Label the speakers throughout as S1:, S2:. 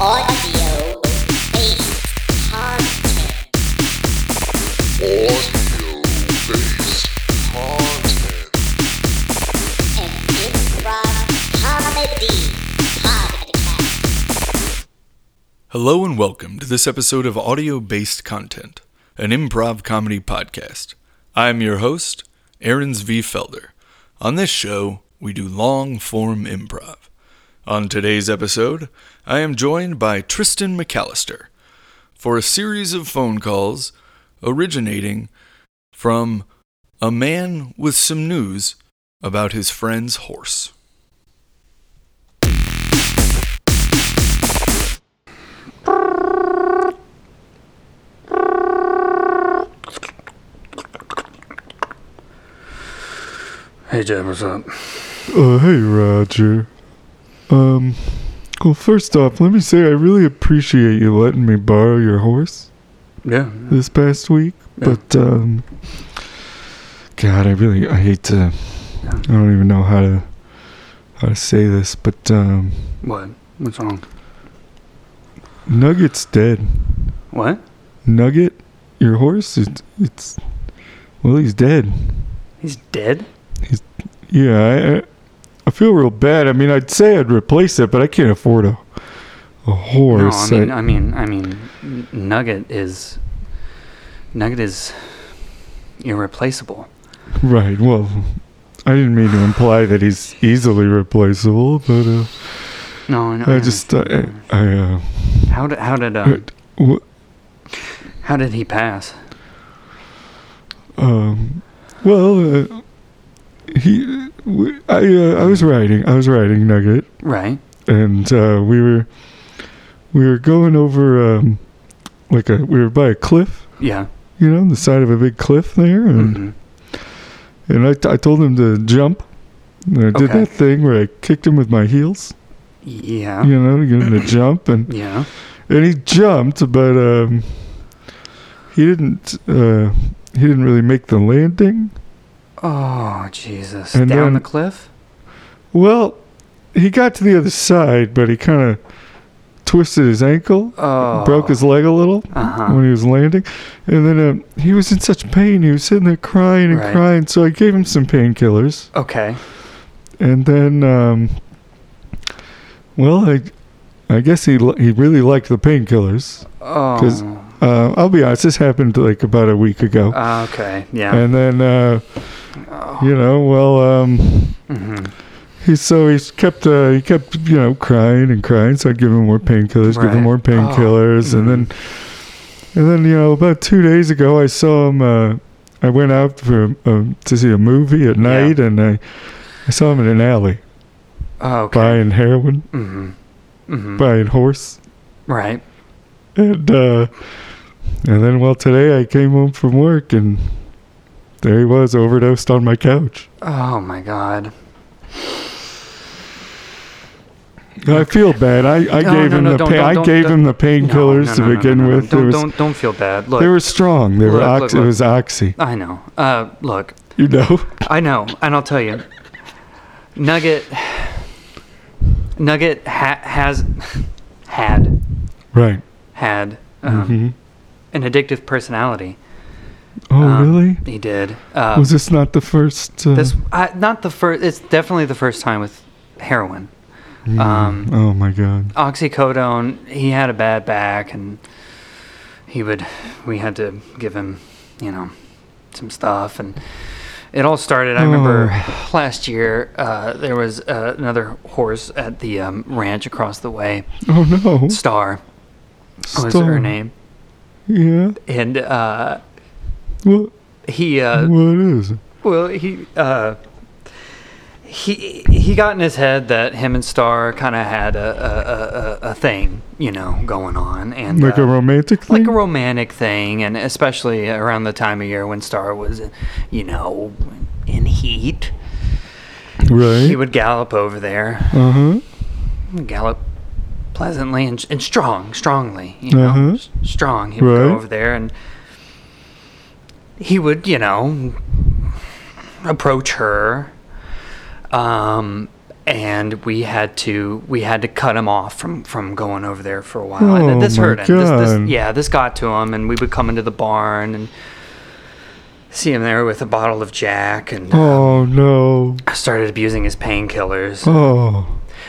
S1: Audio based content.
S2: Audio-based content.
S1: An improv comedy podcast.
S3: Hello and welcome to this episode of Audio Based Content, an improv comedy podcast. I'm your host, Aaron's V. Felder. On this show, we do long form improv. On today's episode, I am joined by Tristan McAllister for a series of phone calls originating from a man with some news about his friend's horse.
S4: Hey Jeb, what's up?
S5: Uh, hey, Roger. Um, well, first off, let me say I really appreciate you letting me borrow your horse
S4: Yeah,
S5: this past week.
S4: Yeah.
S5: But, um, God, I really, I hate to, I don't even know how to, how to say this, but, um,
S4: what? What's wrong?
S5: Nugget's dead.
S4: What?
S5: Nugget, your horse, it's, it's, well, he's dead.
S4: He's dead?
S5: Yeah, I, I- I feel real bad. I mean, I'd say I'd replace it, but I can't afford a, a
S4: No,
S5: horse.
S4: I mean, I mean, I mean, N- Nugget is Nugget is irreplaceable.
S5: Right. Well, I didn't mean to imply that he's easily replaceable, but uh,
S4: No, no.
S5: I just uh, I, I uh,
S4: how did how did um,
S5: it- w-
S4: how did he pass?
S5: um, well, uh, he w- I uh, I was riding I was riding Nugget,
S4: Right.
S5: and uh, we were we were going over um, like a we were by a cliff,
S4: Yeah.
S5: you know, the side of a big cliff there, and
S4: hmm
S5: and I, t- I told him to jump. And I did
S4: Mm-hmm. Okay.
S5: that thing where I kicked him with my heels,
S4: Yeah.
S5: you know, to get him to jump, and
S4: Oh. Yeah.
S5: and he jumped, but um, he didn't. Uh, he didn't really make the landing.
S4: Oh Jesus!
S5: And
S4: Down
S5: then-
S4: the cliff.
S5: Well, he got to the other side, but he kind of twisted his ankle,
S4: Oh.
S5: broke his leg a little
S4: Uh-huh.
S5: when he was landing, and then um, he was in such pain. He was sitting there crying and
S4: Right.
S5: crying. So I gave him some painkillers,
S4: Okay.
S5: and then, um, well, I, I guess he li- he really liked the painkillers.
S4: Oh.
S5: Uh, I'll be honest, this happened like about a week ago.
S4: Okay. Yeah. Oh.
S5: and then uh, you know well um,
S4: hmm
S5: he so he's kept uh, he kept you know crying and crying so i'd give him more painkillers give
S4: Right.
S5: him more
S4: Oh.
S5: painkillers and then and then you know about two days ago i saw him uh, i went out for um, to see a movie at night and i I saw him in an alley
S4: Okay.
S5: buying heroin,
S4: hmm hmm
S5: buying horse,
S4: Right.
S5: and uh, and then well today I came home from work and there he was overdosed on my couch.
S4: Oh my God.
S5: I feel bad. I, I
S4: No,
S5: gave
S4: no,
S5: him
S4: no,
S5: the
S4: don't-
S5: pain. I
S4: don't-
S5: gave
S4: don't-
S5: him the painkillers
S4: No, no,
S5: to
S4: no, no,
S5: begin
S4: no, no.
S5: with.
S4: Don't,
S5: It was-
S4: don't don't feel bad.
S5: they
S4: Look,
S5: were strong. They were
S4: Look, look,
S5: ox- it
S4: look.
S5: was oxy.
S4: I know. Uh, look,
S5: You know.
S4: I know, and I'll tell you, Nugget, Nugget ha- has had
S5: Right.
S4: had um,
S5: hmm
S4: an addictive personality.
S5: Oh
S4: Um,
S5: really?
S4: He did. Uh,
S5: Was this not the first? Uh,
S4: this I, not the first? It's definitely the first time with heroin. Um,
S5: oh my God.
S4: oxycodone he had a bad back and he would we had to give him you know some stuff and it all started i remember last year uh, there was uh, another horse at the um, ranch across the way
S5: Oh no.
S4: star was her
S5: Storm.
S4: name
S5: Yeah.
S4: and uh,
S5: What?
S4: he uh,
S5: What is it?
S4: Well, he uh, he he got in his head that him and Star kind of had a, a, a, a- a thing, you know, going on, and
S5: Like
S4: uh,
S5: a romantic thing?
S4: like a romantic thing, and especially around the time of year when Star was, you know, in heat,
S5: right.
S4: he would gallop over there,
S5: uh huh.
S4: gallop pleasantly and, and strong, strongly, you know,
S5: Uh-huh.
S4: s- strong. He would
S5: Right.
S4: go over there and he would, you know, approach her, um, and we had to we had to cut him off from from going over there for a while. and
S5: Oh,
S4: this
S5: my
S4: hurt him. This,
S5: God.
S4: this, yeah, this got to him, and we would come into the barn and see him there with a bottle of Jack, and
S5: Oh no.
S4: I started abusing his painkillers.
S5: Oh.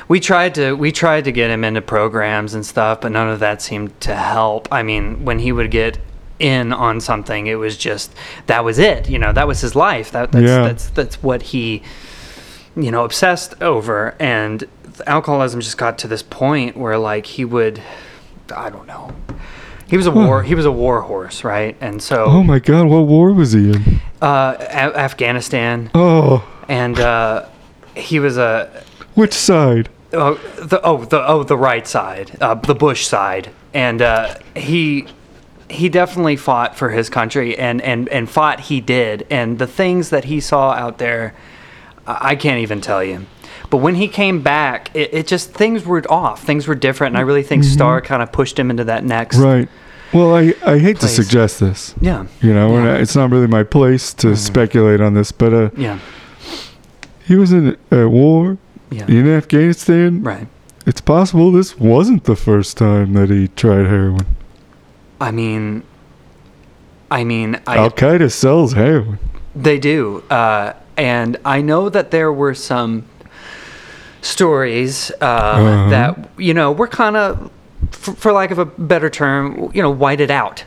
S4: We tried to we tried to get him into programs and stuff, but none of that seemed to help. I mean, when he would get in on something, it was just that was it. You know, that was his life. That that's
S5: Yeah.
S4: that's, that's what he you know obsessed over, and alcoholism just got to this point where like he would I don't know. He was a war. He was a war horse, right? And
S5: Oh
S4: so,
S5: my God. What war was he in?
S4: uh, a- Afghanistan,
S5: Oh.
S4: and uh, he was a
S5: Which side?
S4: Oh, the oh the oh the right side, uh, the Bush side, and uh, he he definitely fought for his country, and and and fought he did, and the things that he saw out there, I I can't even tell you. But when he came back, it, it just things were off, things were different, and I really think Star kind of pushed him into that next.
S5: Right. Well, I, I hate
S4: Place.
S5: to suggest this.
S4: Yeah.
S5: You know, and
S4: Yeah.
S5: I- it's not really my place to speculate on this, but uh,
S4: Yeah.
S5: he was in a war
S4: Yeah.
S5: in Afghanistan.
S4: Right.
S5: It's possible this wasn't the first time that he tried heroin.
S4: I mean. I mean, I,
S5: Al Qaeda sells heroin.
S4: They do. Uh, and I know that there were some stories um,
S5: Uh-huh.
S4: that, you know, were kind of, for, for lack of a better term, you know, whited out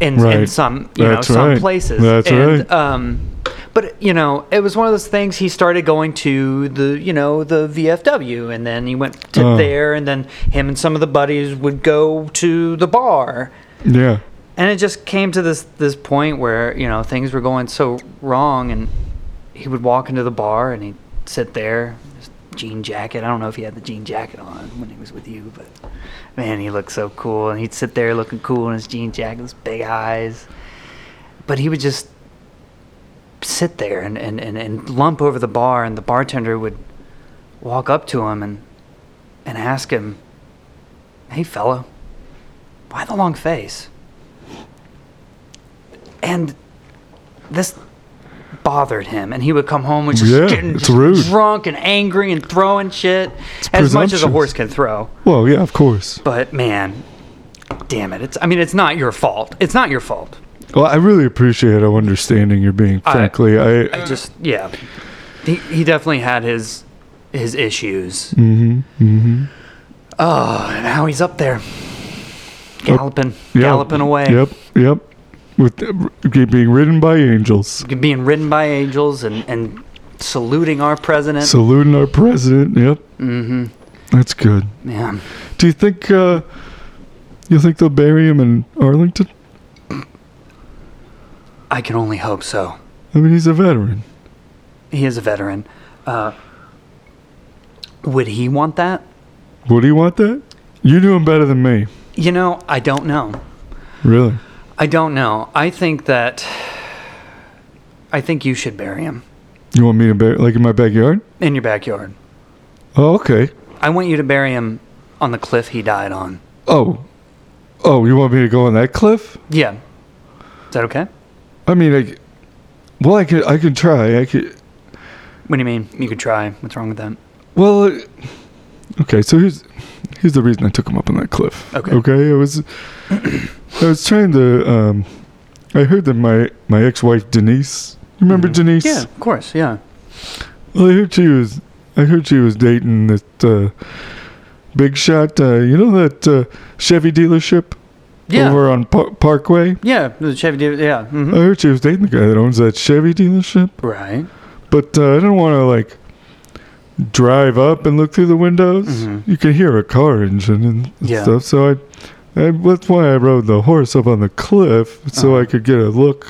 S4: in, in
S5: Right.
S4: some, you
S5: That's
S4: know, some
S5: right.
S4: places.
S5: That's
S4: and,
S5: right.
S4: Um, but, you know, it was one of those things he started going to the, you know, the VFW and then he went to
S5: Oh.
S4: there and then him and some of the buddies would go to the bar
S5: Yeah.
S4: and it just came to this this point where you know things were going so wrong and he would walk into the bar and he'd sit there his jean jacket i don't know if he had the jean jacket on when he was with you but man he looked so cool and he'd sit there looking cool in his jean jacket his big eyes but he would just sit there and, and, and, and lump over the bar and the bartender would walk up to him and and ask him hey fellow why the long face and this bothered him and he would come home and just
S5: Yeah,
S4: getting
S5: it's
S4: just
S5: rude.
S4: drunk and angry and throwing shit as much as a
S5: presumptuous.
S4: horse can throw
S5: Well, yeah, of course.
S4: but man damn it it's i mean it's not your fault it's not your fault
S5: Well, I really appreciate how understanding you're being,
S4: I-
S5: frankly. I,
S4: I just yeah. He he definitely had his his issues. Mm-hmm. Mm-hmm. Oh, and now he's up there. Galloping,
S5: yeah.
S4: galloping away,
S5: Yep, yep. With the- r- being ridden by angels,
S4: being ridden by angels and, and saluting our president.
S5: saluting our president. Yep. Mm-hmm. That's good.
S4: yeah.
S5: Do you think uh, you think they'll bury him in Arlington?
S4: I can only hope so.
S5: I mean, he's a veteran.
S4: He is a veteran. Uh, would he want that?
S5: Would he want that? You knew him better than me,
S4: You know, I don't know.
S5: really.
S4: I don't know. I think that I think you should bury him
S5: You want me to bury like in my backyard?
S4: in your backyard.
S5: Oh, okay.
S4: I want you to bury him on the cliff he died on.
S5: Oh, oh, you want me to go on that cliff?
S4: Yeah. Is that okay?
S5: I mean, I, well, I could, I could try. I could.
S4: What do you mean? You could try. What's wrong with that?
S5: Well, it- okay. So here's here's the reason I took him up on that cliff.
S4: Okay.
S5: Okay. I was I was trying to. Um, I heard that my my ex wife Denise. You remember Denise?
S4: Mm-hmm. Yeah, of course. Yeah.
S5: Well, I heard she was. I heard she was dating that uh, big shot. Uh, you know that uh, Chevy dealership
S4: Yeah.
S5: over on Par- Parkway.
S4: yeah. The Chevy. Div- Yeah.
S5: I
S4: hmm
S5: heard she was dating the guy that owns that Chevy dealership.
S4: Right.
S5: But uh, I didn't want to like drive up and look through the windows.
S4: Mhm.
S5: You can hear a car engine and
S4: Yeah.
S5: stuff. So I, I, that's why I rode the horse up on the cliff so I
S4: Uh-huh.
S5: could get a look.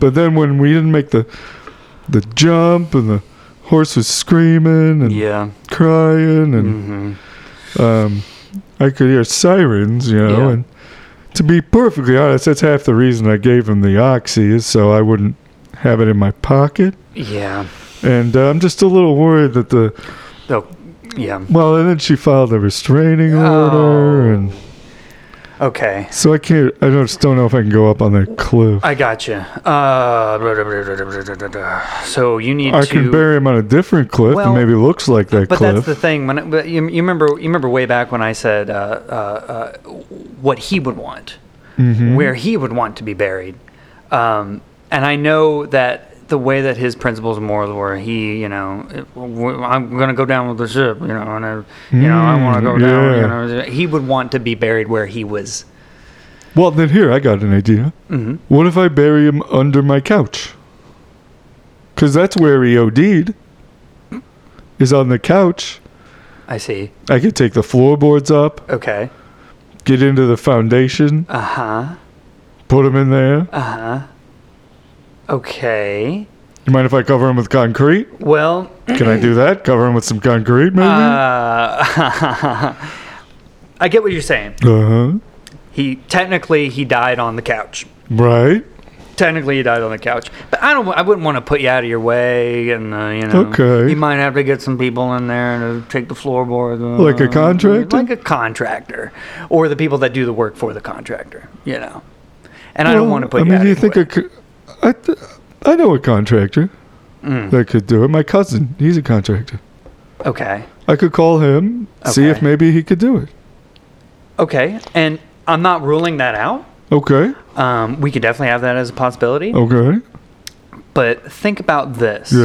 S5: But then when we didn't make the the jump and the horse was screaming and
S4: Yeah.
S5: crying and
S4: Mm-hmm.
S5: um, I could hear sirens, you know.
S4: Yeah.
S5: And to be perfectly honest, that's half the reason I gave him the oxy is so I wouldn't have it in my pocket.
S4: Yeah.
S5: And uh, I'm just a little worried that the
S4: Though. Yeah.
S5: well, and then she filed a restraining
S4: Oh.
S5: order, and
S4: Okay.
S5: So I can't. I just don't know if I can go up on that cliff.
S4: I gotcha. Uh, blah, blah, blah, blah, blah, blah, blah, blah. so you need
S5: I
S4: to.
S5: can bury him on a different cliff
S4: Well,
S5: that maybe looks like that
S4: but
S5: cliff.
S4: that's the thing. When I, but you, you remember, you remember way back when I said uh, uh, uh, what he would want,
S5: Mm-hmm.
S4: where he would want to be buried, um, and I know that the way that his principles and morals were, he, you know, it- w- I'm gonna go down with the ship, you know, and I, you know, I want to go down.
S5: Mm, yeah.
S4: You know, he would want to be buried where he was.
S5: well, then here I got an idea.
S4: Mm-hmm.
S5: What if I bury him under my couch? Because that's where he OD'd. Is on the couch.
S4: I see.
S5: I could take the floorboards up,
S4: Okay.
S5: get into the foundation,
S4: Uh huh.
S5: put him in there.
S4: Uh. Okay.
S5: You mind if I cover him with concrete?
S4: Well,
S5: Can I do that? Cover him with some concrete, maybe? Mm-hmm.
S4: uh, I get what you're saying.
S5: Uh huh.
S4: He technically he died on the couch.
S5: Right.
S4: Technically, he died on the couch. But I don't. I wouldn't want to put you out of your way, and uh, you know,
S5: Okay.
S4: you might have to get some people in there to take the floorboard. uh,
S5: Like a contractor?
S4: like a contractor, or the people that do the work for the contractor. You know, and I don't
S5: Well,
S4: want to put. you
S5: I mean,
S4: out
S5: do you
S4: of your
S5: think
S4: way.
S5: a co- I th- I know a contractor
S4: Mm.
S5: that could do it. My cousin, he's a contractor.
S4: okay,
S5: I could call him, see if
S4: Okay.
S5: maybe he could do it.
S4: okay, and I'm not ruling that out.
S5: Okay,
S4: Um, we could definitely have that as a possibility.
S5: okay,
S4: But think about this:
S5: Oh.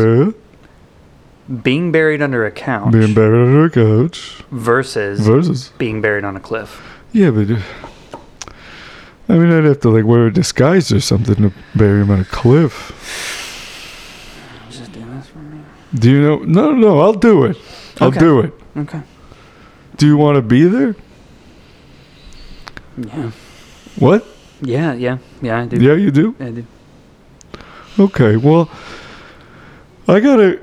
S5: yeah.
S4: being buried under a couch
S5: Being buried under a couch
S4: versus
S5: versus
S4: being buried on a cliff.
S5: yeah, but uh, I mean, I'd have to like wear a disguise or something to bury him on a cliff.
S4: Just do this for me.
S5: Do you know? No, no, I'll do it. I'll
S4: Okay.
S5: do it.
S4: Okay.
S5: Do you want to be there?
S4: Yeah.
S5: What?
S4: Yeah, yeah, yeah, I do.
S5: Yeah, you do.
S4: I do.
S5: Okay, well, I gotta.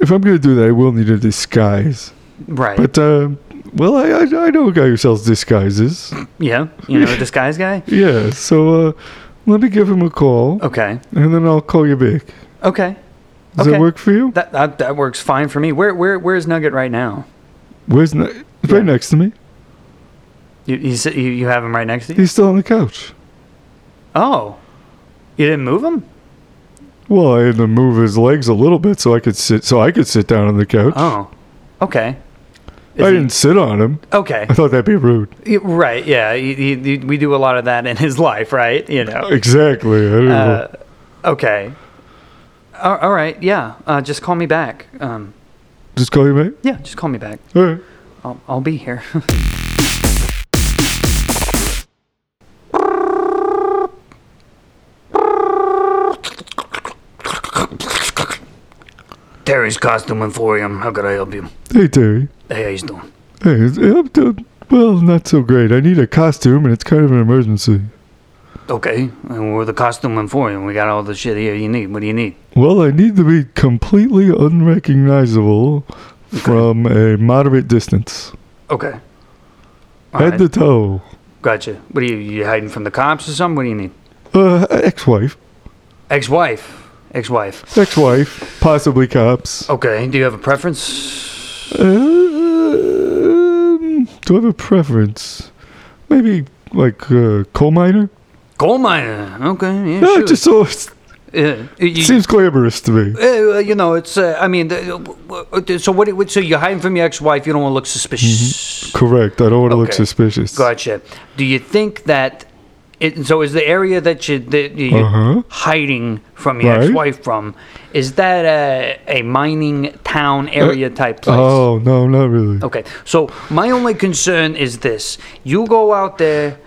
S5: If I'm gonna do that, I will need a disguise.
S4: Right.
S5: But uh, well, I, I I know a guy who sells disguises.
S4: yeah. You know, a disguise guy?
S5: Yeah, so uh, let me give him a call,
S4: Okay.
S5: and then I'll call you back.
S4: Okay.
S5: Does
S4: okay.
S5: that work for you?
S4: That, that that works fine for me. Where where where is Nugget right now?
S5: Where's ne- it's
S4: Yeah.
S5: right next to me?
S4: You you sit- you, you have him right next to you?
S5: He's still on the couch.
S4: Oh. You didn't move him?
S5: Well, I had to move his legs a little bit so I could sit. So I could sit down on the couch.
S4: Oh. Okay. Is
S5: I
S4: he-
S5: didn't sit on him.
S4: Okay.
S5: I thought that'd be rude.
S4: Y- Right. Yeah. You, you, you- we do a lot of that in his life, right? You know.
S5: Exactly. I didn't
S4: Uh, okay. All, all right. Yeah. Uh, just call me back. Um,
S5: just call you back.
S4: yeah. Just call me back.
S5: All right.
S4: I'll, I'll be here. Terry's Costume Emporium. How could I help you?
S5: Hey, Terry.
S4: Hey, how you doing?
S5: Hey, it's, I'm doing well, not so great. I need a costume, and it's kind of an emergency.
S4: Okay, and we're the Costume Emporium. We got all the shit here you need. What do you need?
S5: Well, I need to be completely unrecognizable from a moderate distance,
S4: Okay. All
S5: head
S4: right.
S5: to toe.
S4: gotcha. What are you, you hiding from the cops or something? What do you need?
S5: Uh, ex-wife,
S4: Ex-wife. Ex-wife.
S5: ex-wife, possibly cops.
S4: Okay, do you have a preference? Oh.
S5: Um, do I have a preference? Maybe like uh, coal miner.
S4: Coal miner. Okay, yeah,
S5: No,
S4: sure.
S5: just so it
S4: Yeah. You-
S5: seems glamorous to me.
S4: Uh, well, you know, it's. Uh, I mean, the, w- w- so what? what- So you're hiding from your ex-wife. You don't want to look
S5: Mm-hmm.
S4: suspicious.
S5: Correct. I don't want to look
S4: Okay.
S5: suspicious.
S4: Gotcha. Do you think that? It, so is the area that you that you- you're
S5: Uh-huh.
S4: hiding from your
S5: Right.
S4: ex-wife from? Is that a a mining town area type place?
S5: Uh, Oh no, not really.
S4: Okay. So my only concern is this: you go out there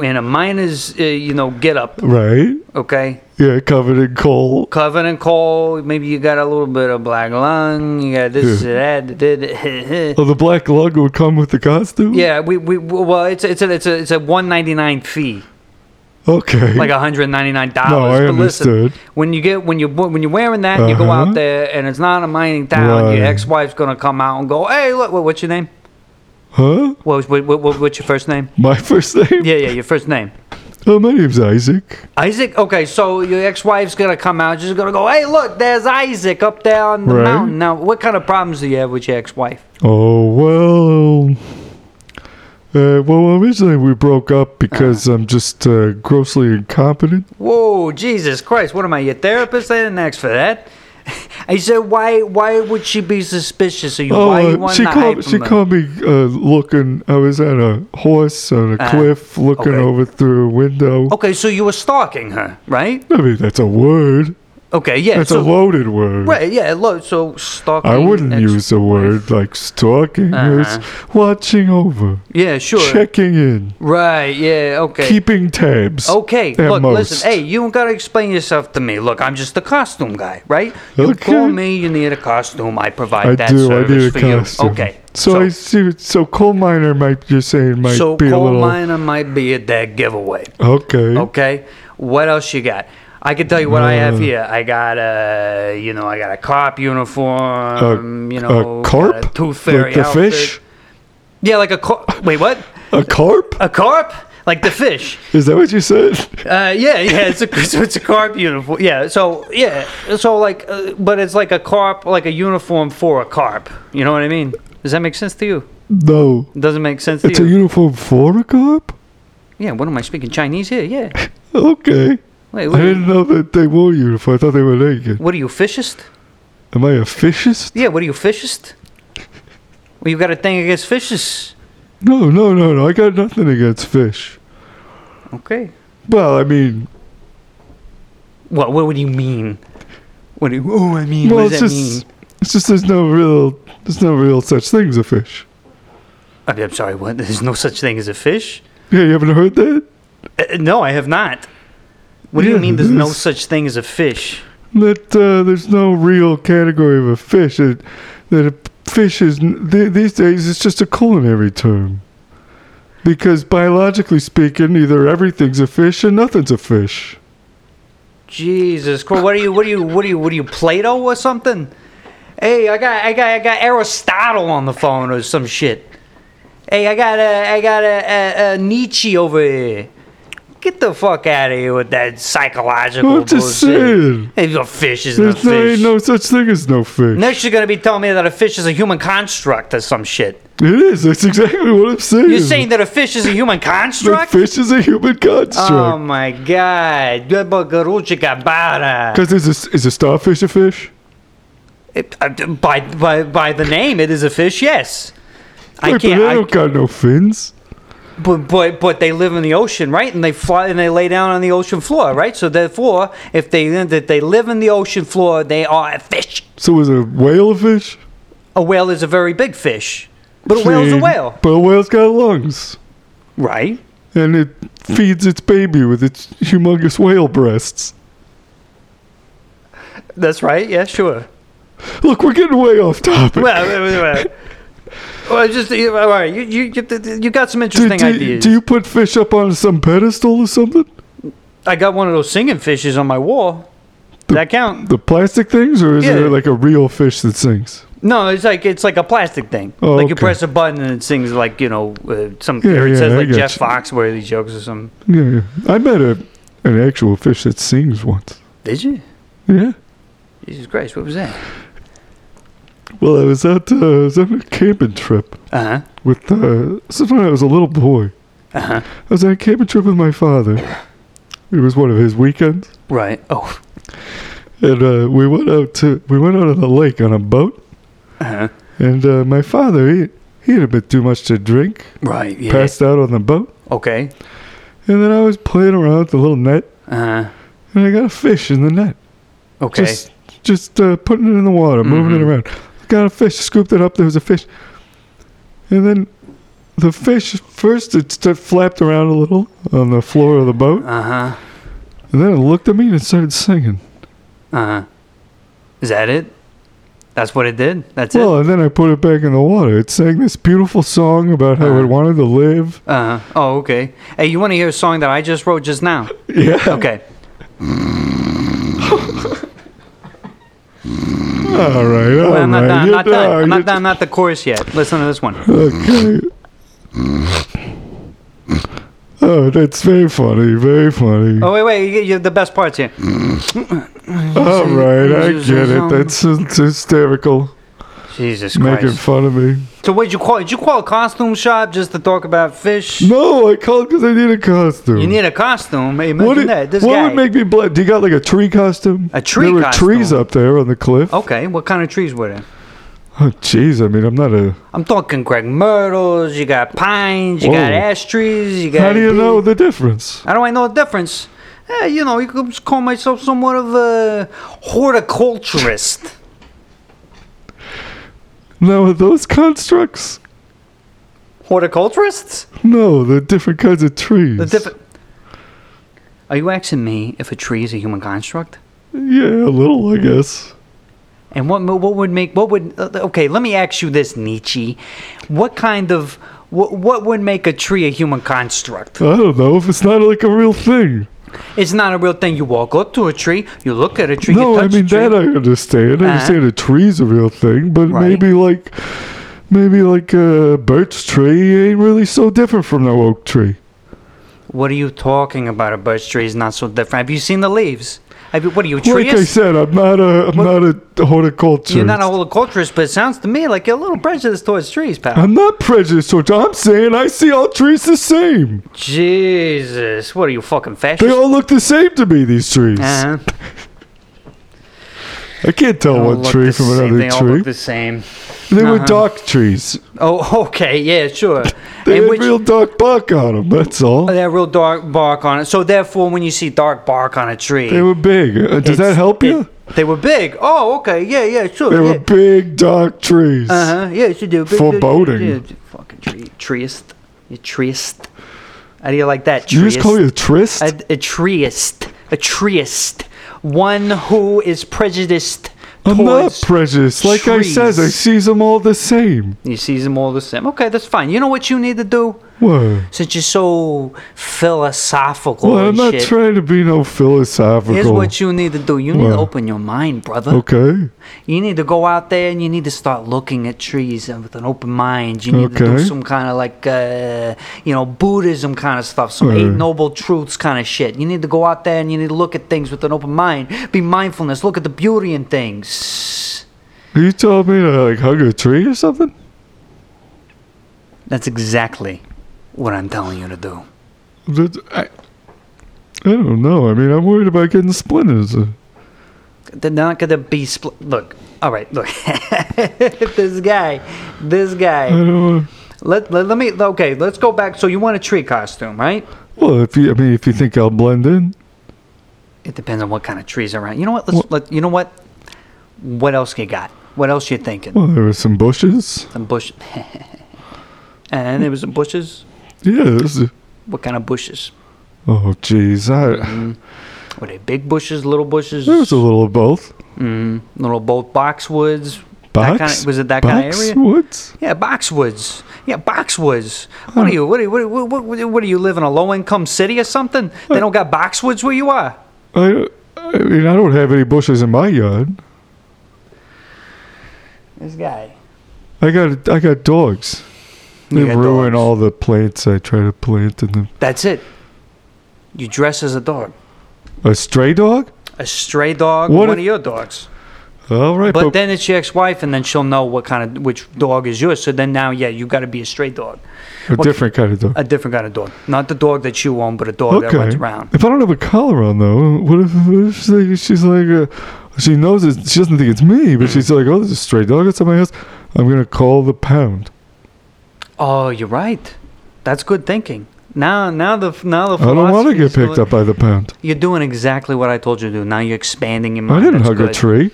S4: in a miner's, uh, you know, get up.
S5: Right?
S4: Okay.
S5: Yeah, covered in coal.
S4: Covered in coal. Maybe you got a little bit of black lung. You got this, that, that, that.
S5: Oh, the black lug would come with the costume.
S4: Yeah, we, we well, it's a, it's a it's a it's a one ninety nine fee,
S5: Okay.
S4: like hundred ninety nine dollars.
S5: No, I
S4: but listen,
S5: understood.
S4: when you get when you when you're wearing that, and you go
S5: Uh-huh.
S4: out there, and it's not a mining town. Your
S5: Right.
S4: ex wife's gonna come out and go, "Hey, look, what, what's your name?
S5: huh?
S4: What, was- what, what what's your first name?
S5: My first name?
S4: Yeah, yeah, your first name."
S5: Oh, my name's Isaac.
S4: Isaac. Okay, so your ex-wife's gonna come out. She's gonna go, "Hey, look, there's Isaac up there on the
S5: Right.
S4: mountain." Now, what kind of problems do you have with your ex-wife?
S5: Oh well. Oh, Uh, well, originally we broke up because
S4: Uh-huh.
S5: I'm just uh, grossly incompetent.
S4: Whoa, Jesus Christ! What am I, your therapist? I didn't ask for that. I said, why? Why would she be suspicious of you?
S5: Oh,
S4: why you
S5: uh,
S4: want
S5: she
S4: the hype
S5: called.
S4: from
S5: She
S4: her?
S5: called me uh, looking. I was at a horse on a
S4: Ah,
S5: cliff, looking
S4: okay. Oh.
S5: over through a window.
S4: Okay, so you were stalking her, right?
S5: I mean, that's a word.
S4: Okay, yeah.
S5: That's
S4: so,
S5: a loaded word.
S4: Right, yeah. Lo- so stalking.
S5: I wouldn't
S4: ex-
S5: use a word like stalking. It's watching over,
S4: Yeah, Uh-huh. sure.
S5: checking in,
S4: Right, yeah. Okay.
S5: keeping tabs.
S4: Okay,
S5: at
S4: look,
S5: most.
S4: listen, hey, you don't gotta explain yourself to me. Look, I'm just a costume guy, right? You
S5: Okay.
S4: call me, you need a costume, I provide
S5: I
S4: that
S5: do. I
S4: service
S5: need a
S4: for
S5: costume.
S4: you. Okay.
S5: So, I see. So coal miner might. You're saying might
S4: so
S5: be a
S4: coal
S5: little.
S4: miner might be a dead giveaway.
S5: Okay.
S4: Okay. What else you got? I can tell you what I have
S5: Uh,
S4: here. I got a, you know, I got a cop uniform. you know,
S5: a
S4: got
S5: carp.
S4: a tooth fairy
S5: like the
S4: outfit.
S5: fish.
S4: Yeah, like a carp. Wait, what?
S5: A carp?
S4: A carp? Like the fish?
S5: Is that what you said?
S4: Uh, yeah, yeah, it's a so it's a carp uniform. Yeah, so yeah, so like, uh, but it's like a carp, like a uniform for a carp. You know what I mean? Does that make sense to you?
S5: No.
S4: Doesn't make sense to
S5: It's
S4: you.
S5: a uniform for a carp.
S4: yeah, what am I speaking Chinese here? Yeah.
S5: Okay.
S4: Wait,
S5: I
S4: what, are
S5: didn't
S4: you,
S5: know that they wore uniform. I thought they were naked.
S4: what are you fishist?
S5: Am I a fishist?
S4: Yeah, what are you fishist? Well, you got a thing against fishes.
S5: No, no, no, no. I got nothing against fish.
S4: Okay.
S5: Well, I mean,
S4: What What would you mean? What do you, oh, I mean,
S5: well,
S4: what
S5: it's
S4: does that
S5: just,
S4: mean?
S5: it's just there's no real, there's no real such thing as a fish.
S4: I'm, I'm sorry. What? There's no such thing as a fish.
S5: Yeah, you haven't heard that?
S4: Uh, no, I have not. What do
S5: Yeah,
S4: you mean? There's no
S5: this-
S4: such thing as a fish.
S5: That uh, there's no real category of a fish. That, that a fish is n- th- these days it's just a culinary term. Because biologically speaking, either everything's a fish and nothing's a fish.
S4: Jesus Christ! What are you? What are you? What are you? What are you? Plato or something? Hey, I got, I got, I got Aristotle on the phone or some shit. Hey, I got a, I got a, a, a Nietzsche over here. Get the fuck out of here with that psychological
S5: I'm just
S4: bullshit.
S5: saying.
S4: Hey, your fish isn't a
S5: There's no,
S4: fish.
S5: ain't no such thing as no fish.
S4: Next, you're gonna be telling me that a fish is a human construct or some shit.
S5: It is. That's exactly what I'm saying.
S4: You're saying that a fish is a human
S5: the
S4: construct?
S5: fish is a human
S4: Oh
S5: construct.
S4: my god! Garuchikabara.
S5: Because is a, is a starfish a fish?
S4: It, uh, d- by, by, by the name, it is a fish, yes. I
S5: Wait, but
S4: can't.
S5: they
S4: I,
S5: don't got no fins.
S4: but, but but they live in the ocean, right? And they fly and they lay down on the ocean floor, right? So therefore, if they that they live in the ocean floor, they are a fish.
S5: So is a whale a fish?
S4: A whale is a very big fish, but a whale is a
S5: See,
S4: whale,
S5: But a whale's got lungs.
S4: right?
S5: and it feeds its baby with its humongous whale breasts.
S4: That's right. Yeah, sure.
S5: Look, we're getting way off topic.
S4: Well, well, well, well, just you- all right. You you you you got some
S5: do,
S4: interesting
S5: do,
S4: ideas.
S5: do you put fish up on some pedestal or something?
S4: I got one of those singing fishes on my wall. Does that count?
S5: The plastic things, or is
S4: Yeah.
S5: there like a real fish that sings?
S4: No, it's like it's like a plastic thing.
S5: Oh,
S4: like you
S5: okay.
S4: press a button and it sings like you know uh, some.
S5: Yeah,
S4: or it
S5: yeah,
S4: says
S5: I
S4: like
S5: get
S4: Jeff
S5: you.
S4: Foxworthy jokes or something.
S5: Yeah, yeah. I met a an actual fish that sings once.
S4: Did you?
S5: Yeah.
S4: Jesus Christ, what was that?
S5: Well, I was at uh, I was on a camping trip
S4: Uh huh.
S5: with uh, this is when I was a little boy.
S4: Uh huh.
S5: I was on a camping trip with my father. It was one of his weekends,
S4: Right. Oh.
S5: and uh, we went out to we went out on the lake on a boat.
S4: Uh huh.
S5: And uh, my father, he, he had a bit too much to drink,
S4: Right. Yeah.
S5: passed out on the boat.
S4: Okay.
S5: And then I was playing around with the little net,
S4: Uh huh.
S5: and I got a fish in the net.
S4: Okay. Mm-hmm.
S5: Just, just uh, putting it in the water, moving it around. Got a fish, scooped it up, there was a fish. And then the fish, first it st- flapped around a little on the floor of the boat,
S4: Uh huh.
S5: and then it looked at me and it started singing.
S4: Uh huh. Is that it? That's what it did. That's
S5: Well, and then I put it back in the water. It sang this beautiful song about how it
S4: Uh-huh.
S5: wanted to live.
S4: it. Uh huh. Oh, okay. Hey, you want to hear a song that I just wrote just now?
S5: Yeah.
S4: Okay.
S5: All right. all
S4: Well, I'm not done. I'm not
S5: right. Oh, You're
S4: done. I'm
S5: you're
S4: not done. I'm not the chorus yet. Listen to this one.
S5: Okay. Oh, that's very funny, very funny.
S4: Oh wait, wait. You, you, the best part's here.
S5: All right, I
S4: Jesus,
S5: get it.
S4: um,
S5: That's hy- hysterical.
S4: Jesus
S5: making
S4: Christ.
S5: fun of me.
S4: so what'd you call? Did you call a costume shop just to talk about fish?
S5: No, I called because I need a costume.
S4: You need a costume. Hey, imagine
S5: what did-
S4: that. This
S5: what
S4: guy.
S5: would make me blush? Do you got like a tree costume?
S4: A tree
S5: There were
S4: costume. Oh.
S5: trees up there on the cliff.
S4: okay, what kind of trees were there?
S5: Oh, jeez. I mean, I'm not a.
S4: I'm talking Greg Myrtles. You got pines. You got
S5: Whoa.
S4: ash trees. You got.
S5: Oh. How do you
S4: big-
S5: know the difference?
S4: How do I know the difference? Eh, you know, you could just call myself somewhat of a horticulturist.
S5: Now, are those constructs?
S4: Horticulturists?
S5: No, they're different kinds of trees.
S4: The diff- Are you asking me if a tree is a human construct?
S5: Yeah, a little, I guess.
S4: And what mo- what would make what would uh, okay? Let me ask you this, Nietzsche. What kind of what what would make a tree a human construct?
S5: I don't know if it's not like a real thing.
S4: It's not a real thing. You walk up to a tree, you look at a tree,
S5: no,
S4: you
S5: I
S4: touch
S5: mean
S4: a tree.
S5: that uh, I understand. I
S4: Uh-huh.
S5: understand a tree's a real thing, but
S4: Right.
S5: maybe like maybe like a birch tree ain't really so different from no oak tree.
S4: what are you talking about? A birch tree is not so different. Have you seen the leaves? Have you, what are you a
S5: Like I
S4: treeist?
S5: said, I'm not a I'm not a horticulturist.
S4: You're not a horticulturist, but it sounds to me like you're a little prejudiced towards trees, pal.
S5: I'm not prejudiced towards. I'm saying I see all trees the same.
S4: Jesus, what are you fucking fascist?
S5: They all look the same to me. These trees.
S4: Uh-huh.
S5: I can't tell
S4: They all
S5: one
S4: look
S5: tree
S4: the
S5: from
S4: same-
S5: another
S4: They all
S5: tree.
S4: look the same.
S5: they were
S4: uh-huh.
S5: dark trees.
S4: Oh, okay, yeah, sure.
S5: They
S4: And
S5: had
S4: which- Uh,
S5: real dark bark on them. That's all.
S4: Oh, They have real dark bark on it. So therefore, when you see dark bark on a tree,
S5: They were big. Uh, Does that
S4: it's-
S5: help you?
S4: it- they were big. Oh, okay, yeah, yeah, sure.
S5: They were
S4: yeah.
S5: big dark trees.
S4: Uh huh. Yeah, you should do. Big,
S5: Foreboding.
S4: Yeah, yeah, fucking tree, treist. You treist. How do you like that?
S5: Did you just call
S4: treist?
S5: you a trist?
S4: a, a treist, a treist, one who is prejudiced
S5: I'm not
S4: towards.
S5: prejudiced. Like I says, I
S4: trees.
S5: sees them all the same.
S4: you see them all the same. Okay, that's fine. You know what you need to do?
S5: What?
S4: Since you're so philosophical
S5: Well, I'm
S4: and
S5: not
S4: shit,
S5: trying to be no philosophical.
S4: here's what you need to do. You need to
S5: Well.
S4: open your mind, brother.
S5: okay.
S4: You need to go out there and you need to start looking at trees and with an open mind. You need to do
S5: Okay.
S4: some kind of like, uh, you know, Buddhism kind of stuff, some Eight
S5: Right.
S4: Noble Truths kind of shit. You need to go out there and you need to look at things with an open mind. Be mindfulness. Look at the beauty in things.
S5: Are you telling me to like hug a tree or something?
S4: That's exactly what I'm telling you to do.
S5: That- I, I don't know. I mean, I'm worried about getting splinters.
S4: They're not going to be split. Look. All right, look. this guy, this
S5: I
S4: guy.
S5: don't.
S4: Let, let, let me. Okay, let's go back. So you want a tree costume, right?
S5: Well, if you, I mean, if you think I'll blend in,
S4: It depends on what kind of trees are around. You know what? Let's
S5: What-
S4: let you know what. What else you got? What else you thinking?
S5: well, there were some bushes.
S4: Some bush. and there was some bushes.
S5: Yeah. This is,
S4: What kind of bushes?
S5: oh, jeez.
S4: Mm.
S5: I
S4: Were they big bushes, little bushes,
S5: there was a little of both.
S4: little both boxwoods?
S5: Box.
S4: That kind of, was it that
S5: box
S4: kind of area?
S5: Woods.
S4: Yeah, boxwoods. Yeah, boxwoods. What are you? What are you? What, are you- what, what, what, what do you live in a low-income city or something? They don't got boxwoods where you are.
S5: I, I mean, I don't have any bushes in my yard.
S4: This guy.
S5: I got I got dogs. They
S4: You got
S5: ruin
S4: dogs.
S5: all the plants I try to plant in them.
S4: That's it. You dress as a dog,
S5: A stray dog?
S4: a stray dog,
S5: What
S4: one
S5: if-
S4: of your dogs.
S5: All right,
S4: But
S5: but,
S4: then it's your ex-wife, and then she'll know what kind of which dog is yours. So then now, yeah, you got to be a straight dog,
S5: a different kind of dog.
S4: a different kind of dog, not the dog that you own, but a dog that runs
S5: okay.
S4: around.
S5: If I don't have a collar on though, what if, what if she's like, she's like uh, she knows it, she doesn't think it's me, but she's like, oh, there's a stray dog at somebody else. I'm gonna call the pound.
S4: Oh, you're right. That's good thinking. Now, now the now the.
S5: I don't want to
S4: philosophy
S5: get
S4: is
S5: picked
S4: going-
S5: up by the pound.
S4: You're doing exactly what I told you to do. Now you're expanding your
S5: I
S4: mind.
S5: didn't
S4: That's
S5: hug a
S4: good.
S5: tree.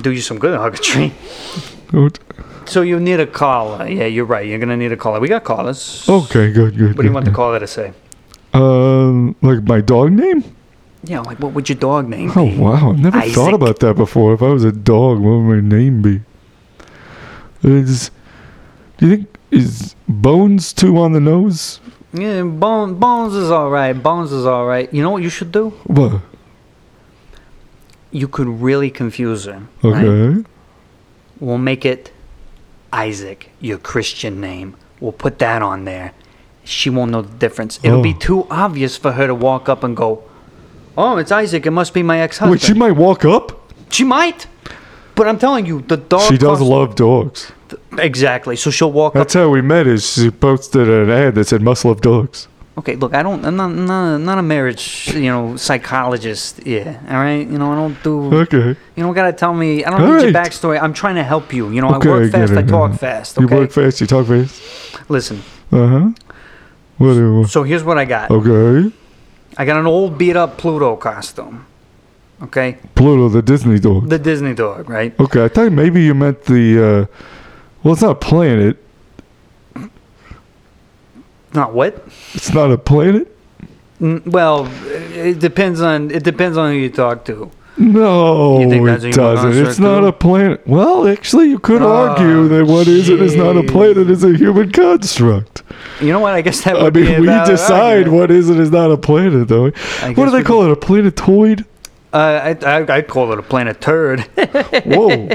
S4: Do you some good? Hug a tree.
S5: What-
S4: So you need a collar. Yeah, you're right. You're gonna need a collar. We got collars.
S5: Okay, good, good.
S4: What do you want the collar to say?
S5: Um, like my dog name?
S4: Yeah, like what would your dog name
S5: Oh
S4: be?
S5: wow! I've never thought
S4: Isaac.
S5: about that before. If I was a dog, what would my name be? Is do you think is Bones too on the nose?
S4: Yeah, Bone, Bones is all right. Bones is all right. You know what you should do?
S5: What?
S4: You could really confuse her. right?
S5: Okay.
S4: We'll make it Isaac, your Christian name. We'll put that on there. She won't know the difference. It'll be
S5: Oh.
S4: too obvious for her to walk up and go, "Oh, it's Isaac. It must be my
S5: Wait, she
S4: ex-husband."
S5: might walk up.
S4: she, might. But I'm telling you, the dog.
S5: She does
S4: cost-
S5: love dogs.
S4: Exactly. So she'll walk up.
S5: That's how we met. Is she posted an ad that said "Must love dogs."
S4: Okay, look, I don't. I'm not. I'm not, a, not a marriage. You know, psychologist. Yeah. All right. You know, I don't do.
S5: Okay.
S4: You don't gotta tell me. I don't
S5: All
S4: need your
S5: right.
S4: backstory. I'm trying to help you. You know,
S5: Okay,
S4: I work
S5: I get
S4: fast.
S5: it,
S4: I talk
S5: yeah.
S4: fast.
S5: You
S4: Okay.
S5: work fast. You talk fast.
S4: Listen.
S5: Uh huh. What? do you-
S4: So here's what I
S5: Oh.
S4: got.
S5: Okay.
S4: I got an old beat up Pluto costume. Okay.
S5: Pluto, the Disney dog.
S4: The Disney dog, right?
S5: Okay, I thought maybe you meant the. Uh, well, it's not a planet.
S4: Not what?
S5: It's not a planet.
S4: Mm, Well, it depends on it depends on who you talk to.
S5: No,
S4: You think that's
S5: it
S4: a human
S5: doesn't. It's
S4: construct,
S5: not
S4: too?
S5: a planet. Well, actually, you could
S4: Oh,
S5: argue that what is it is not a
S4: jeez.
S5: planet is a human construct.
S4: You know what? I guess that would
S5: I
S4: be a
S5: mean, we
S4: valid
S5: decide
S4: argument.
S5: what is it is not a planet,
S4: I
S5: though. What do
S4: guess
S5: they
S4: we
S5: call it? A planetoid?
S4: Uh, I, I I'd call it a planet turd.
S5: Whoa!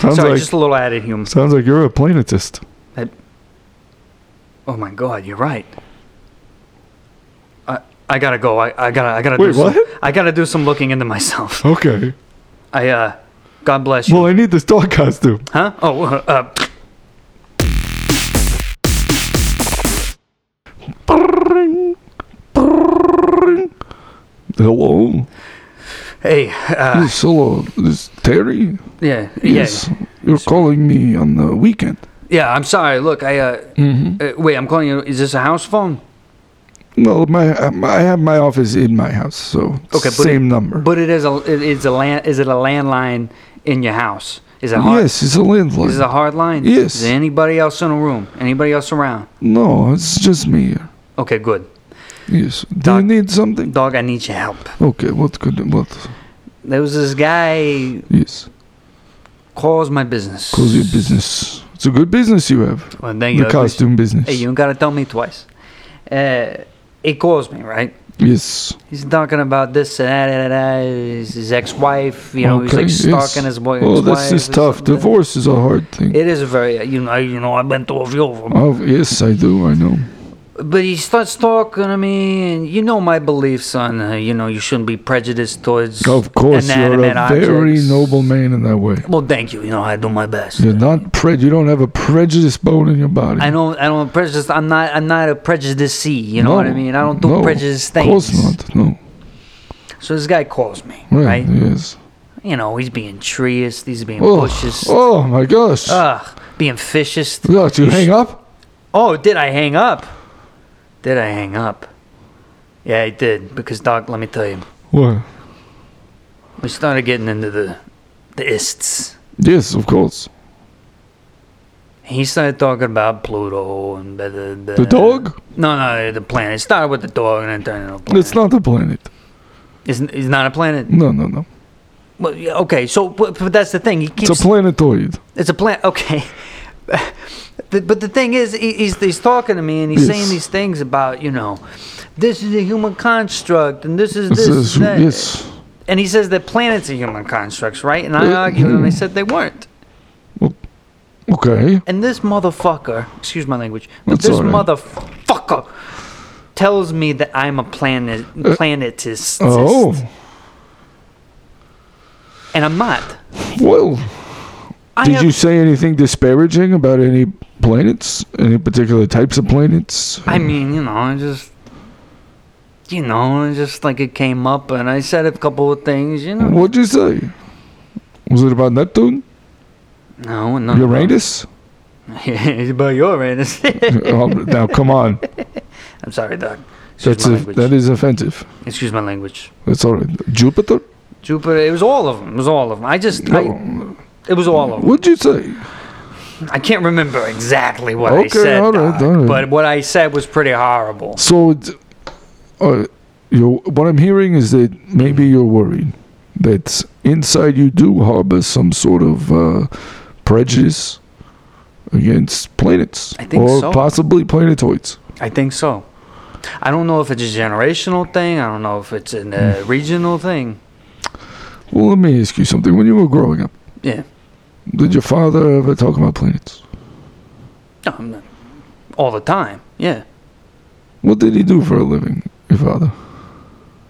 S5: sounds
S4: Sorry,
S5: like
S4: just a little added human.
S5: sounds like you're a planetist.
S4: Oh my God, you're right. I I gotta go. I, I gotta I gotta
S5: Wait,
S4: do
S5: what?
S4: Some, I gotta do some looking into myself.
S5: Okay.
S4: I uh, God bless you.
S5: Well, I need this dog costume.
S4: huh? Oh, uh, uh,
S5: Hello.
S4: hey, uh,
S5: Yes, hello. This is Terry.
S4: yeah,
S5: Yes.
S4: yeah,
S5: You're calling me on the weekend.
S4: yeah. I'm sorry. Look, I uh, uh, wait. I'm calling you. Is this a house phone?
S6: No, my um, I have my office in my house, so
S4: Okay, but
S6: same
S4: it-
S6: number.
S4: But it is a it, it's a land is it a landline in your house? Is it hard?
S6: yes, it's a landline.
S4: Is it a hard line?
S6: Yes.
S4: Is there anybody else in the room? Anybody else around?
S6: no, it's just me here.
S4: Okay, good.
S6: Yes. Do
S4: Doc-
S6: you need something?
S4: Dog, I need your help.
S6: Okay. What could what?
S4: There was this guy
S6: Yes.
S4: calls my business.
S6: Cause your business. It's a good business you have.
S4: Well, thank you.
S6: The costume business.
S4: Hey, you ain't gotta tell me twice. Uh, he calls me, right?
S6: Yes.
S4: He's talking about this uh, and that, and that, his, his ex-wife. You know, he's like stalking
S6: yes.
S4: his boy.
S6: Oh, this is tough. Divorce is a hard thing.
S4: It is very, uh, you know, you know, I've been through a few of 'em.
S6: Oh, yes, I do. I know.
S4: But he starts talking to me, and you know my beliefs on, uh, you know, you shouldn't be prejudiced towards
S6: Of course, you're
S4: inanimate
S6: a very
S4: objects.
S6: noble man in that way.
S4: Well, thank you. You know, I do my best.
S6: You're not pre. You don't have a prejudice bone in your body.
S4: I don't. I don't prejudice. I'm not. I'm not a prejudicee. You know what I
S6: No,
S4: mean. I don't do
S6: no,
S4: prejudice
S6: Of
S4: things.
S6: course not. No.
S4: So this guy calls me,
S6: Right.
S4: right?
S6: Yes.
S4: You know, he's being treeist. He's being
S6: Oh,
S4: bushes.
S6: oh my gosh.
S4: Ugh, being fishist.
S6: Look, you
S4: sh-
S6: hang up?
S4: Oh, did I hang up? Did I hang up? Yeah, I did. Because Doc, let me tell you,
S6: What?
S4: we started getting into the the ists.
S6: Yes, of course.
S4: He started talking about Pluto and blah, blah, blah.
S6: The dog?
S4: No, no, the planet. It started with the dog and then turned into a planet.
S6: It's not a planet.
S4: It's, it's not a planet.
S6: No, no, no.
S4: Well, yeah, okay, so but, but that's the thing. He keeps
S6: It's a planetoid.
S4: It's a plan. Okay. The- but the thing is, he, he's, he's talking to me and he's saying
S6: Yes.
S4: these things about, you know, this is a human construct and this is
S6: It's a-
S4: this. and that.
S6: yes.
S4: And he says that planets are human constructs, right? And I
S6: Uh,
S4: argued and I
S6: mm.
S4: said they weren't.
S6: Okay.
S4: And this motherfucker, excuse my language, but
S6: That's
S4: this
S6: all right.
S4: motherfucker tells me that I'm a planet planetist.
S6: Uh, Oh,
S4: And I'm not.
S6: well.
S4: I
S6: Did
S4: have-
S6: you say anything disparaging about any planets? Any particular types of planets?
S4: I mean, you know, I just, you know, I just like it came up, and I said a couple of things, you know.
S6: What'd you say? Was it about Neptune?
S4: No, no.
S6: Uranus?
S4: it's about Uranus.
S6: Oh, now, come on.
S4: I'm sorry, Doc. Excuse
S6: That's
S4: my
S6: a,
S4: language.
S6: that is offensive.
S4: Excuse my language.
S6: That's all right. Jupiter?
S4: Jupiter. It was all of them. It was all of them. I just, I,
S6: Oh,
S4: it was all of them.
S6: what'd you say?
S4: I can't remember exactly what I
S6: Okay,
S4: said,
S6: all right,
S4: Doc,
S6: all right.
S4: but what I said was pretty horrible.
S6: So, d- uh, you what I'm hearing is that maybe you're worried that inside you do harbor some sort of uh, prejudice against planets,
S4: I think
S6: or
S4: so.
S6: possibly planetoids.
S4: I think so. I don't know if it's a generational thing. I don't know if it's a uh,
S6: Mm.
S4: regional thing.
S6: Well, let me ask you something. When you were growing up,
S4: Yeah.
S6: did your father ever talk about planets?
S4: No, I'm not- all the time. Yeah.
S6: What did he do for a living, your father?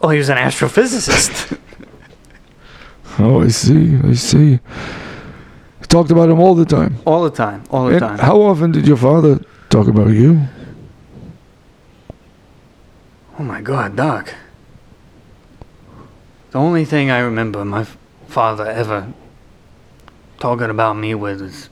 S4: Oh, he was an astrophysicist.
S5: Oh, I see. I see. Talked about him all the time.
S4: All the time. All the
S5: And
S4: time.
S5: how often did your father talk about you?
S4: oh my God, Doc. The only thing I remember my f- father ever talking about me with is,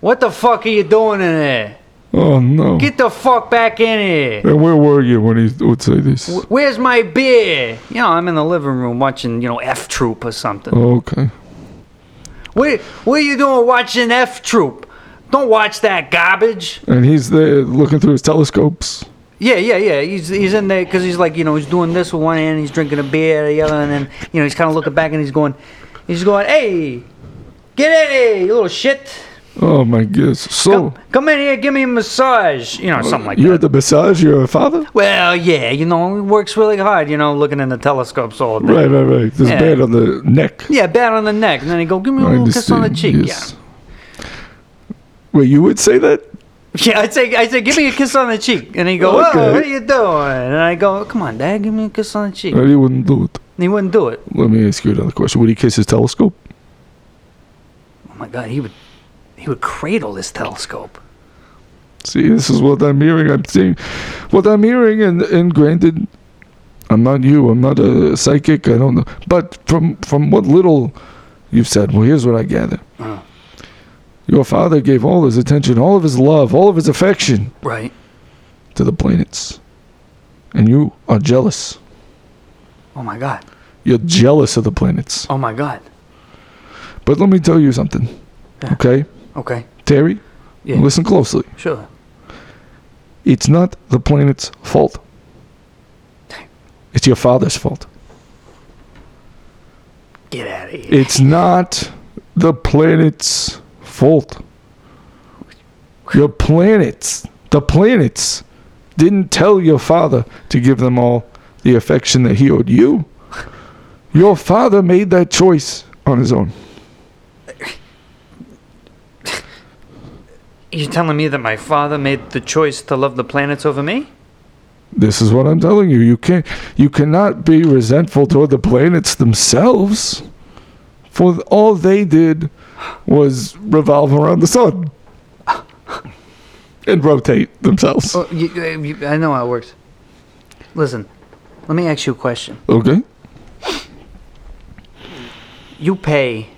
S4: "What the fuck are you doing in there?
S5: Oh no.
S4: Get the fuck back in here."
S5: and where were you when he would say this?
S4: Wh- Where's my beer? You know, I'm in the living room watching, you know, F Troop or something.
S5: okay.
S4: What, what are you doing watching F Troop? Don't watch that garbage.
S5: And he's there looking through his telescopes.
S4: Yeah, yeah, yeah. He's he's in there because he's like you know he's doing this with one hand, he's drinking a beer the other, and then you know he's kind of looking back and he's going, he's going, hey, get in here, you little shit.
S5: Oh my goodness. So
S4: Come, come in here, give me a massage, you know, something like
S5: you're
S4: that.
S5: the massage. You're a father.
S4: well, yeah, you know, he works really hard, you know, looking in the telescopes all day.
S5: Right, right, right. This
S4: Yeah.
S5: band on the neck.
S4: Yeah, bat on the neck, and then he go, give me a
S5: I
S4: little kiss on the
S5: understand,
S4: cheek.
S5: yes. Wait, you would say that?
S4: Yeah, yeah. I say, I say, give me a kiss on the cheek, and he go, oh,
S5: Okay.
S4: what are you doing? And I go, come on, Dad, give me a kiss on the cheek.
S5: No,
S4: And
S5: he wouldn't do it.
S4: he wouldn't do it.
S5: Let me ask you another question. Would he kiss his telescope?
S4: Oh my God, he would he would cradle this telescope.
S5: See, this is what I'm hearing. I'm seeing what I'm hearing, and and granted, I'm not you. I'm not a psychic. I don't know. But from from what little you've said, well, here's what I gather.
S4: Uh.
S5: Your father gave all his attention, all of his love, all of his affection
S4: Right.
S5: to the planets, and you are jealous.
S4: Oh my God.
S5: You're jealous of the planets.
S4: Oh my God.
S5: But let me tell you something,
S4: Yeah.
S5: okay,
S4: Okay.
S5: Terry?
S4: Yeah.
S5: Listen closely.
S4: Sure.
S5: It's not the planet's fault. It's your father's fault.
S4: Get out of here.
S5: It's not the planet's fault. Your planets, the planets, didn't tell your father to give them all the affection that he owed you. Your father made that choice on his own.
S4: You're telling me that my father made the choice to love the planets over me?
S5: This is what I'm telling you. You can't, you cannot be resentful toward the planets themselves, for all they did was revolve around the sun and rotate themselves.
S4: Oh, you, uh, you, I know how it works. Listen, let me ask you a question.
S5: Okay.
S4: You pay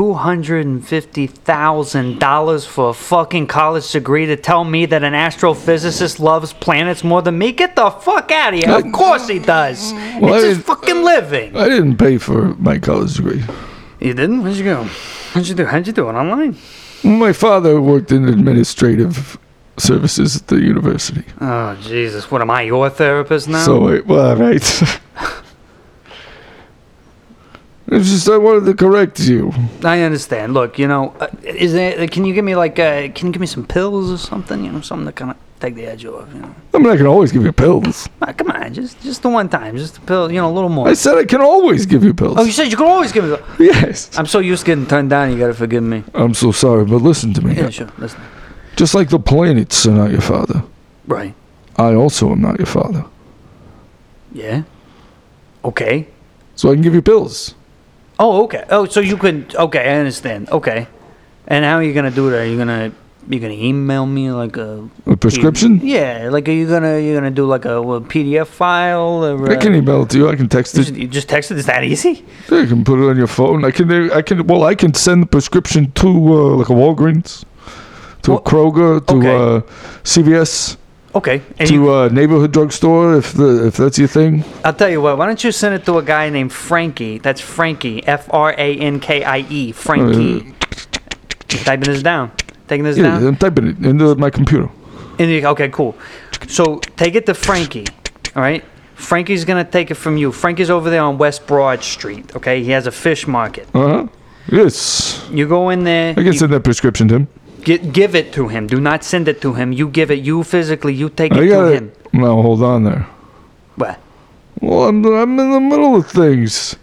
S4: hundred and fifty thousand dollars for a fucking college degree to tell me that an astrophysicist loves planets more than me? Get the fuck out of here! Of course he does.
S5: Well,
S4: it's his
S5: it-
S4: fucking living.
S5: I didn't pay for my college degree.
S4: You didn't? Where'd you go? How'd you do? How'd you do it online?
S5: My father worked in administrative services at the university.
S4: Oh Jesus! What am I, your therapist now?
S5: So I, well, all right. it's just I wanted to correct you.
S4: I understand. Look, you know, uh, is there? Can you give me like? Uh, can you give me some pills or something? You know, something to kind of take the edge off. You know,
S5: I mean, I can always give you pills.
S4: Ah, come on, just just the one time, just a pill. You know, a little more.
S5: I said I can always give you pills.
S4: Oh, you Uh, said you could always give me. The-
S5: yes.
S4: I'm so used to getting turned down. You gotta forgive me.
S5: I'm so sorry, but listen to me.
S4: Yeah, sure. Listen.
S5: Just like the planets are not your father,
S4: Right.
S5: I also am not your father.
S4: Yeah. Okay.
S5: So I can give you pills.
S4: Oh, okay. Oh, so you can. Okay, I understand. Okay. And how are you gonna do that? Are you gonna you gonna email me like a
S5: A prescription?
S4: Yeah, like are you gonna you gonna do like a, what, PDF file or?
S5: I can
S4: uh,
S5: email it to you. I can text
S4: you
S5: it.
S4: just, you just text it. Is that easy?
S5: Yeah, you can put it on your phone. I can. I can. Well, I can send the prescription to uh, like a Walgreens, to
S4: Well,
S5: a Kroger, to
S4: okay.
S5: uh, CVS,
S4: Okay. And you,
S5: to uh, a neighborhood drugstore if the if that's your thing.
S4: I'll tell you what. Why don't you send it to a guy named Frankie? That's Frankie. F R A N K I E. Frankie. Typing this down. Taking this
S5: Uh, Yeah,
S4: down.
S5: I'm typing it into my computer.
S4: And you, okay, cool. So take it to Frankie. All right. Frankie's gonna take it from you. Frankie's over there on West Broad Street. Okay, he has a fish market.
S5: Uh huh. Yes,
S4: You go in there.
S5: I can
S4: you
S5: send that prescription to him.
S4: gi- give it to him. Do not send it to him. You give it. You physically. You take
S5: I
S4: it
S5: got
S4: to
S5: it.
S4: him.
S5: No, hold on there.
S4: What?
S5: Well, I'm I'm in the middle of things.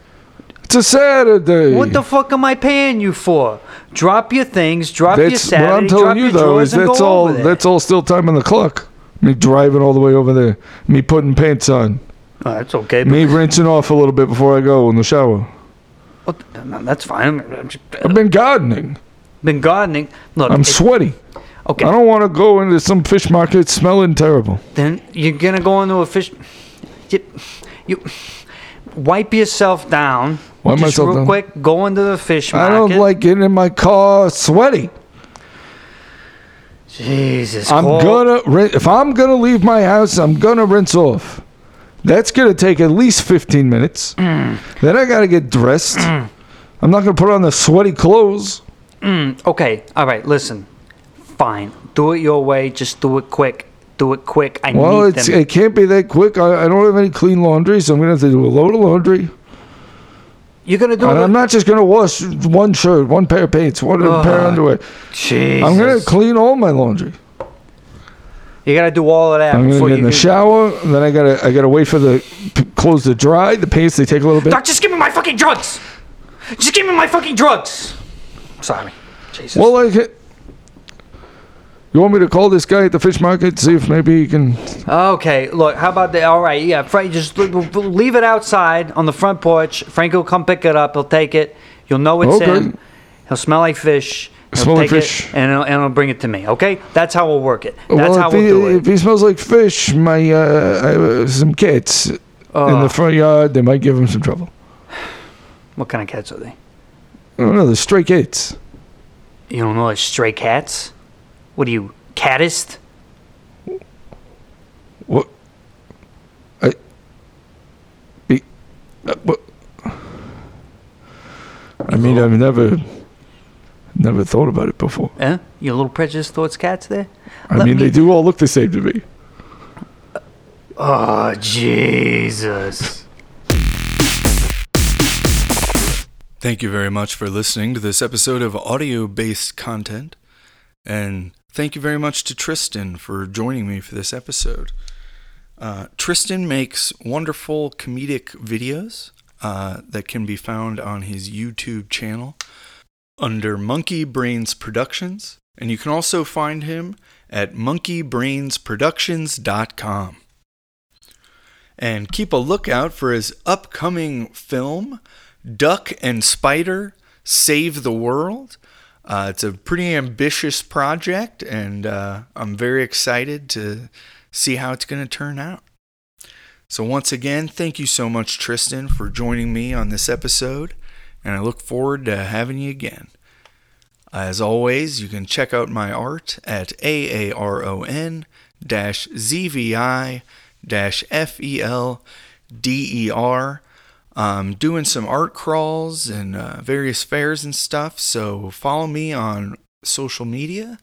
S5: It's a Saturday.
S4: What the fuck am I paying you for? Drop your things. Drop your
S5: that's what
S4: Saturday.
S5: I'm
S4: drop
S5: telling you
S4: your
S5: though
S4: drawers
S5: is
S4: and
S5: that's
S4: go
S5: all
S4: over there.
S5: that's all still time on the clock. Me driving all the way over there, me putting pants on,
S4: Uh, that's okay. But,
S5: Me rinsing off a little bit before I go in the shower.
S4: Well, oh, th- no, that's fine. I'm, I'm just,
S5: I've been gardening.
S4: been gardening. Look,
S5: I'm
S4: it-
S5: sweaty.
S4: okay.
S5: I don't want to go into some fish market smelling terrible.
S4: then you're gonna go into a fish. You, you wipe yourself down.
S5: Wipe
S4: just
S5: myself
S4: real
S5: down.
S4: quick. Go into the fish
S5: I
S4: market.
S5: don't like getting in my car sweaty.
S4: Jesus.
S5: I'm
S4: call-
S5: gonna rin- if I'm gonna leave my house, I'm gonna rinse off. That's gonna take at least 15 minutes.
S4: Mm.
S5: Then I gotta get dressed. I'm not gonna put on the sweaty clothes.
S4: Okay. All right. Listen. Fine. Do it your way. Just do it quick. Do it quick. I
S5: Well,
S4: need
S5: it's,
S4: them.
S5: it can't be that quick. I, I don't have any clean laundry, so I'm gonna have to do a load of laundry.
S4: You're gonna do
S5: And
S4: it.
S5: I'm not just gonna wash one shirt, one pair of pants, one pair of
S4: Ugh.
S5: underwear.
S4: Oh, Jesus.
S5: I'm gonna clean all my laundry.
S4: you gotta do all of that
S5: I'm gonna
S4: before
S5: get in
S4: you
S5: the
S4: can-
S5: shower, and then I gotta I gotta wait for the p- clothes to dry. The pants they take a little bit.
S4: Doc, just give me my fucking drugs. Just give me my fucking drugs. Sorry. Jesus.
S5: Well, I ca- You want me to call this guy at the fish market, see if maybe he can.
S4: Okay, look, how about the. All right, yeah, Frank, just l- l- leave it outside on the front porch. Frank will come pick it up. He'll take it. You'll know it's
S5: Okay.
S4: him. He'll smell like fish. He'll
S5: Smell like
S4: take it,
S5: fish.
S4: and, he'll, and he'll bring it to me, okay? That's how we'll work it. That's
S5: well,
S4: how
S5: if, he,
S4: we'll do
S5: if
S4: it.
S5: he smells like fish, my uh, I, uh, some cats in the
S4: Ugh,
S5: front yard, they might give him some trouble.
S4: Uh, what kind of cats are they?
S5: I don't know. They're stray cats.
S4: You don't know, like stray cats? What are you, catist?
S5: What? I. Be. Uh, what? I mean, I've never, never thought about it before.
S4: Huh? Eh? You a little prejudiced towards cats there?
S5: I
S4: Let
S5: mean,
S4: me-
S5: they do all look the same to me.
S4: Oh, Jesus.
S3: Thank you very much for listening to this episode of audio based content. And thank you very much to Tristan for joining me for this episode. Uh, Tristan makes wonderful comedic videos uh, that can be found on his YouTube channel under Monkey Brains Productions. And you can also find him at monkeybrainsproductions.com. And keep a lookout for his upcoming film. Duck and Spider Save the World. Uh, it's a pretty ambitious project, and uh, I'm very excited to see how it's going to turn out. So, once again, thank you so much, Tristan, for joining me on this episode, and I look forward to having you again. As always, you can check out my art at aaron zvi E felder. I'm um, doing some art crawls and uh, various fairs and stuff, so follow me on social media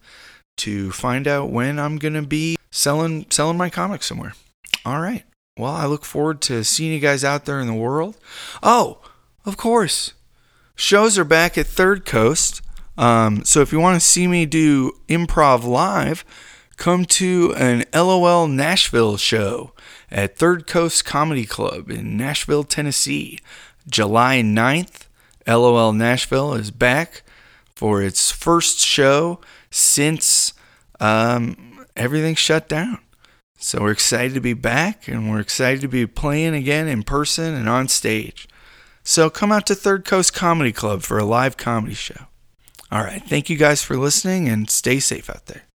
S3: to find out when I'm going to be selling selling my comics somewhere. All right. Well, I look forward to seeing you guys out there in the world. Oh, of course. Shows are back at Third Coast. Um, so if you want to see me do improv live, come to an LOL Nashville show at Third Coast Comedy Club in Nashville, Tennessee, July 9th. LOL Nashville is back for its first show since um, everything shut down. So we're excited to be back and we're excited to be playing again in person and on stage. So come out to Third Coast Comedy Club for a live comedy show. All right. Thank you guys for listening and stay safe out there.